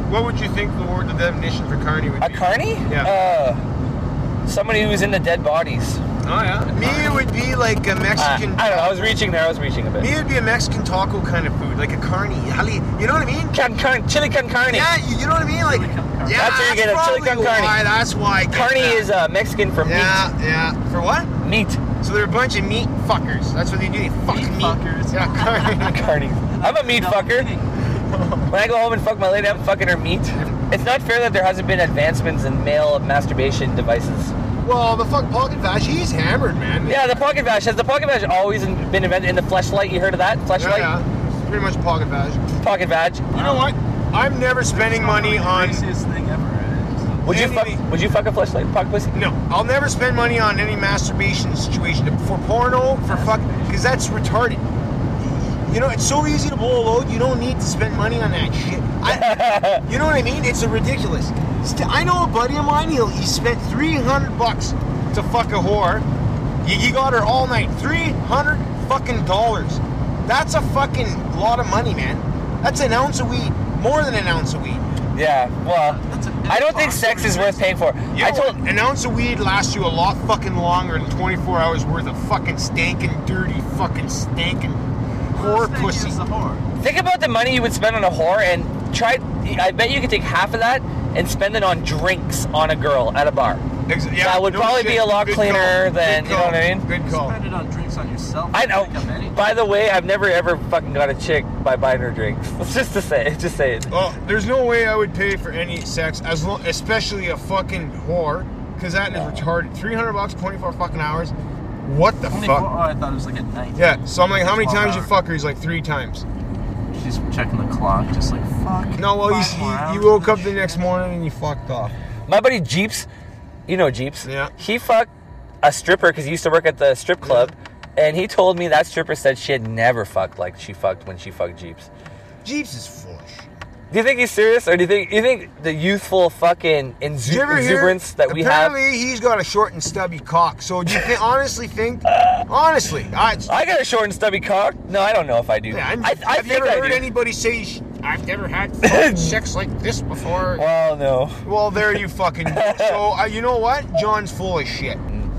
Speaker 3: What would you think the word, the definition for carny would
Speaker 1: A
Speaker 3: be?
Speaker 1: carny?
Speaker 3: Yeah.
Speaker 1: Uh, somebody who's into dead bodies.
Speaker 3: Oh yeah.
Speaker 4: Me, it would be like a
Speaker 1: Uh, I
Speaker 4: Mexican.
Speaker 1: don't know. I was reaching there. I was reaching a bit.
Speaker 4: me, it would be a Mexican taco kind of food, like a carne. How do you, you know what I mean?
Speaker 1: Can, can, chili con carne.
Speaker 4: Yeah, you, you know what I mean? Like, yeah,
Speaker 1: That's where you get a
Speaker 4: probably
Speaker 1: chili con carne.
Speaker 4: Why, that's why. I get
Speaker 1: Carne
Speaker 4: that.
Speaker 1: is uh, Mexican for
Speaker 4: Yeah, yeah. For what?
Speaker 1: meat. Meat.
Speaker 3: So they're a bunch of meat fuckers. That's what they do. They fuck meat.
Speaker 2: fuckers.
Speaker 3: Yeah, carny.
Speaker 1: Carney. I'm a meat fucker. When I go home and fuck my lady, I'm fucking her meat. It's not fair that there hasn't been advancements in male masturbation devices.
Speaker 3: well, the fuck pocket vash, he's hammered, man.
Speaker 1: Yeah, the pocket vash. Has the pocket vash always in- been invented in the fleshlight? You heard of that?
Speaker 3: Yeah,
Speaker 1: Fleshlight?
Speaker 3: yeah. It's pretty much pocket vash.
Speaker 1: Pocket vash.
Speaker 3: You know what? I'm never spending money on.
Speaker 2: Craziest thing ever. eh? Just a-
Speaker 1: Would you fuck?
Speaker 3: Anyway.
Speaker 1: Would you fuck a fleshlight? Pocket pussy?
Speaker 3: No, I'll never spend money on any masturbation situation for porno, for fuck, because that's retarded. You know, it's so easy to blow a load. You don't need to spend money on that shit. I, you know what I mean? It's a ridiculous. St- I know a buddy of mine. He he spent three hundred bucks to fuck a whore. He, he got her all night. Three hundred fucking dollars. That's a fucking lot of money, man. That's an ounce of weed. More than an ounce of weed.
Speaker 1: Yeah. Well,
Speaker 2: That's a-
Speaker 1: I don't think sex is worth paying for.
Speaker 3: You
Speaker 1: I
Speaker 3: know
Speaker 1: told.
Speaker 3: what? an ounce of weed lasts you a lot fucking longer than 24 hours worth of fucking stankin' dirty fucking stankin' whore
Speaker 2: Stanky
Speaker 3: pussy.
Speaker 2: is the whore.
Speaker 1: Think about the money you would spend on a whore and try. I bet you could take half of that and spend it on drinks on a girl at a bar.
Speaker 3: Ex- yeah,
Speaker 1: That would probably be a lot
Speaker 3: Good
Speaker 1: cleaner
Speaker 3: call.
Speaker 1: than-
Speaker 3: Good
Speaker 1: you know what I
Speaker 3: call.
Speaker 1: mean?
Speaker 3: Good call.
Speaker 2: Spend it on drinks on yourself.
Speaker 1: I know.
Speaker 2: Pick up any-
Speaker 1: By the way, I've never ever fucking got a chick by buying her drinks. Just to say, just say it.
Speaker 3: Oh, there's no way I would pay for any sex, as long, especially a fucking whore, because that is retarded. 300 bucks, 24 fucking hours. What the
Speaker 2: 24
Speaker 3: fuck?
Speaker 2: oh, I thought it was like at night.
Speaker 3: Yeah. So I'm like, how many
Speaker 2: 12
Speaker 3: times you
Speaker 2: hours.
Speaker 3: fuck her? He's like, three times.
Speaker 2: She's checking the clock, just like fuck.
Speaker 3: No, well,
Speaker 2: five more
Speaker 3: you,
Speaker 2: hours
Speaker 3: you woke
Speaker 2: of
Speaker 3: up the
Speaker 2: this
Speaker 3: next
Speaker 2: shit.
Speaker 3: morning and you fucked off.
Speaker 1: My buddy Jeeps, you know Jeeps.
Speaker 3: Oh. Yeah.
Speaker 1: He fucked a stripper because he used to work at the strip club, and he told me that stripper said she had never fucked like she fucked when she fucked Jeeps.
Speaker 3: Jeeps is full of shit.
Speaker 1: Do you think he's serious, or do you think you think the youthful fucking
Speaker 3: Did you
Speaker 1: exu-
Speaker 3: ever hear-
Speaker 1: exuberance that we have?
Speaker 3: apparently he's got a short and stubby cock. So do you thi- honestly think? honestly, I.
Speaker 1: I got a short and stubby cock. No, I don't know if I do.
Speaker 3: I'm-
Speaker 1: I, I
Speaker 3: have you
Speaker 1: think
Speaker 3: ever
Speaker 1: I
Speaker 3: heard
Speaker 1: do.
Speaker 3: anybody say "Sh- I've never had fucking sex like this before?
Speaker 1: Well, no.
Speaker 3: Well, there you fucking. go. so uh, you know what? John's full of shit.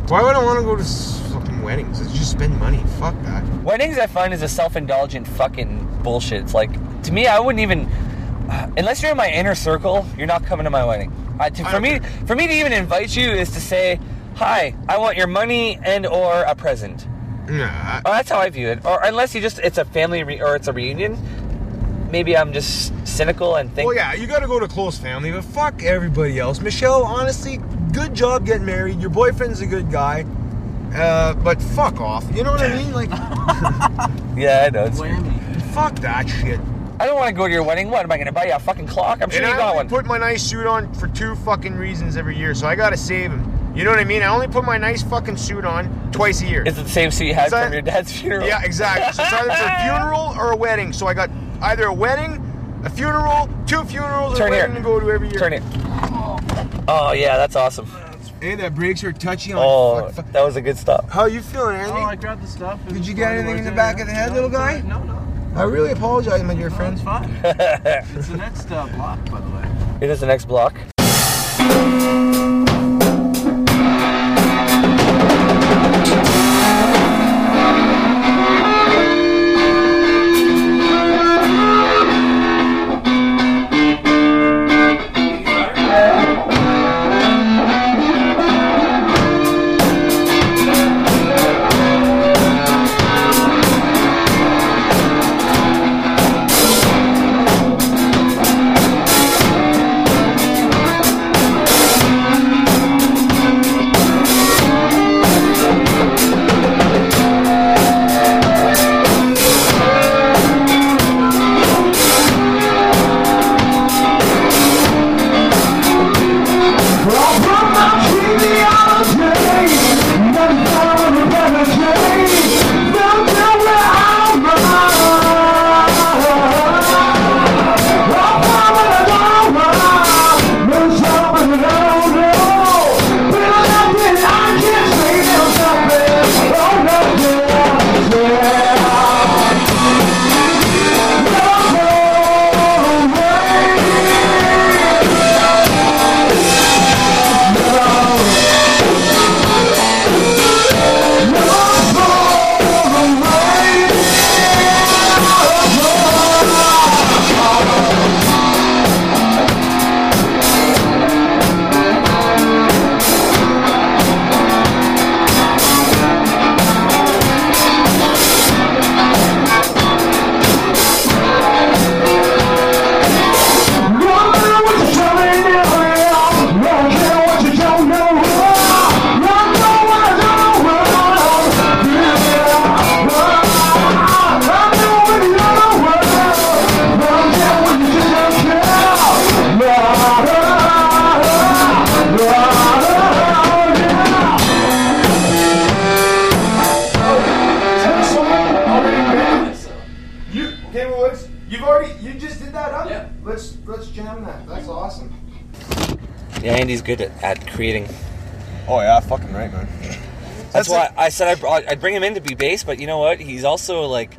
Speaker 3: Why would I want to go to s- fucking weddings? It's just spend money. Fuck that.
Speaker 1: Weddings, I find, is a self-indulgent fucking bullshit. It's like, to me, I wouldn't even, unless you're in my inner circle, you're not coming to my wedding. I, to,
Speaker 3: I
Speaker 1: for
Speaker 3: don't
Speaker 1: me, for me to even invite you is to say, "Hi, I want your money and or a present."
Speaker 3: Nah.
Speaker 1: Oh, that's how I view it. Or unless you just, it's a family re- or it's a reunion. Maybe I'm just cynical and think.
Speaker 3: Well, yeah, you got to go to close family, but fuck everybody else. Michelle, honestly, good job getting married. Your boyfriend's a good guy. Uh, but fuck off. You know what I mean? Like,
Speaker 1: Yeah, I know. It's weird.
Speaker 2: Whammy.
Speaker 3: fuck that shit.
Speaker 1: I don't want to go to your wedding. What am I going to buy you a fucking clock? I'm sure
Speaker 3: And
Speaker 1: you
Speaker 3: I
Speaker 1: got
Speaker 3: only
Speaker 1: one.
Speaker 3: put my nice suit on for two fucking reasons every year, so I gotta save him. You know what I mean? I only put my nice fucking suit on twice a year.
Speaker 1: Is it the same suit you had
Speaker 3: Is that-
Speaker 1: from your dad's funeral?
Speaker 3: yeah, exactly. So it's either for a funeral or a wedding. So I got either a wedding, a funeral, two funerals,
Speaker 1: Turn
Speaker 3: and a
Speaker 1: here.
Speaker 3: wedding to go to every year.
Speaker 1: Turn it. Oh yeah, that's awesome.
Speaker 3: Hey, that brakes are touchy on.
Speaker 1: Oh,
Speaker 3: fuck, fuck.
Speaker 1: that was a good stop.
Speaker 3: How you feeling,
Speaker 2: Oh,
Speaker 3: Andy?
Speaker 2: I grabbed the stuff. It
Speaker 3: Did
Speaker 2: was
Speaker 3: you get
Speaker 2: fine.
Speaker 3: anything in the
Speaker 2: Worked
Speaker 3: back
Speaker 2: out.
Speaker 3: of the head,
Speaker 2: No,
Speaker 3: little
Speaker 2: it's all
Speaker 3: guy?
Speaker 2: right. No, no.
Speaker 3: I really apologize, my
Speaker 2: No,
Speaker 3: dear
Speaker 2: It's
Speaker 3: friends.
Speaker 2: fine. it's the next uh, block, by the way.
Speaker 1: It is the next block. Yeah, Andy's good at, at creating.
Speaker 3: Oh yeah, fucking right, man.
Speaker 1: That's,
Speaker 3: That's
Speaker 1: why
Speaker 3: it.
Speaker 1: I said I brought, I'd bring him in to be bass, but you know what? He's also like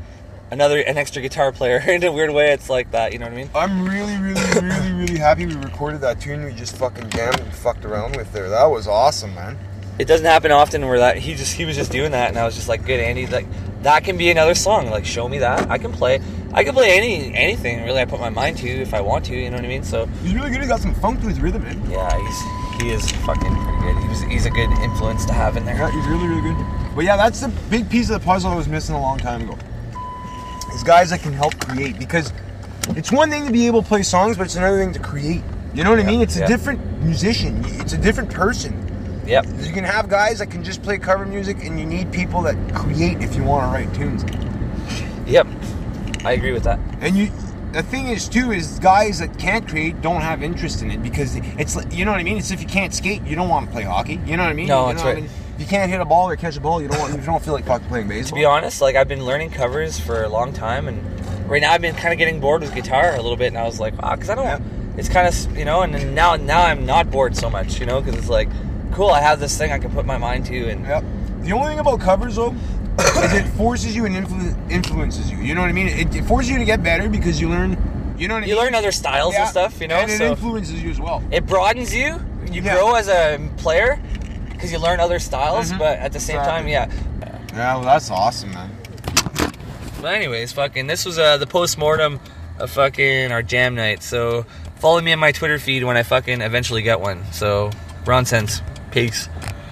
Speaker 1: another an extra guitar player in a weird way. It's like that, you know what I mean?
Speaker 3: I'm really, really, really, really happy we recorded that tune we just fucking jammed and fucked around with there. That was awesome, man.
Speaker 1: It doesn't happen often where that he just he was just doing that, and I was just like, good Andy, like that can be another song. Like show me that I can play. I can play any anything really. I put my mind to if I want to. You know what I mean? So
Speaker 3: He's really good. He got some funk to his rhythm, man.
Speaker 1: yeah, he's he is fucking pretty good. He was, he's a good influence to have in there.
Speaker 3: Yeah, he's really, really good. But yeah, that's the big piece of the puzzle I was missing a long time ago. Is guys that can help create because it's one thing to be able to play songs, but it's another thing to create. You know what I mean? It's a
Speaker 1: yeah.
Speaker 3: different musician. It's a different person.
Speaker 1: Yep.
Speaker 3: You can have guys that can just play cover music, and you need people that create if you want to write tunes.
Speaker 1: Yep. I agree with that.
Speaker 3: And you, the thing is too, is guys that can't create don't have interest in it because it's like- you know what I mean. It's if you can't skate, you don't want to play hockey. You know what I mean?
Speaker 1: No,
Speaker 3: You
Speaker 1: that's
Speaker 3: know what I
Speaker 1: right.
Speaker 3: mean? If You can't hit a ball or catch a ball. You don't. Want, you don't feel like fucking playing
Speaker 1: To
Speaker 3: baseball.
Speaker 1: be honest, like I've been learning covers for a long time, and right now I've been kind of getting bored with guitar a little bit, and I was like, wow, because I don't. It's kind of you know, and then now now I'm not bored so much, you know, because it's like, cool, I have this thing I can put my mind to, and
Speaker 3: Yep. The only thing about covers though is it forces you and influ- influences you. You know what I mean? It, it forces you to get better because you learn. You know what I
Speaker 1: you
Speaker 3: mean?
Speaker 1: learn other styles
Speaker 3: Yeah.
Speaker 1: and stuff, you know.
Speaker 3: And it
Speaker 1: so
Speaker 3: influences you as well.
Speaker 1: it broadens you. You
Speaker 3: Yeah.
Speaker 1: grow as a player because you learn other styles,
Speaker 3: Mhm.
Speaker 1: but at the same time,
Speaker 3: Exactly.
Speaker 1: yeah.
Speaker 3: Yeah, well, that's awesome, man.
Speaker 1: But anyways, fucking, this was uh, the postmortem of fucking our jam night. So follow me on my Twitter feed when I fucking eventually get one. So Ron sense, peace.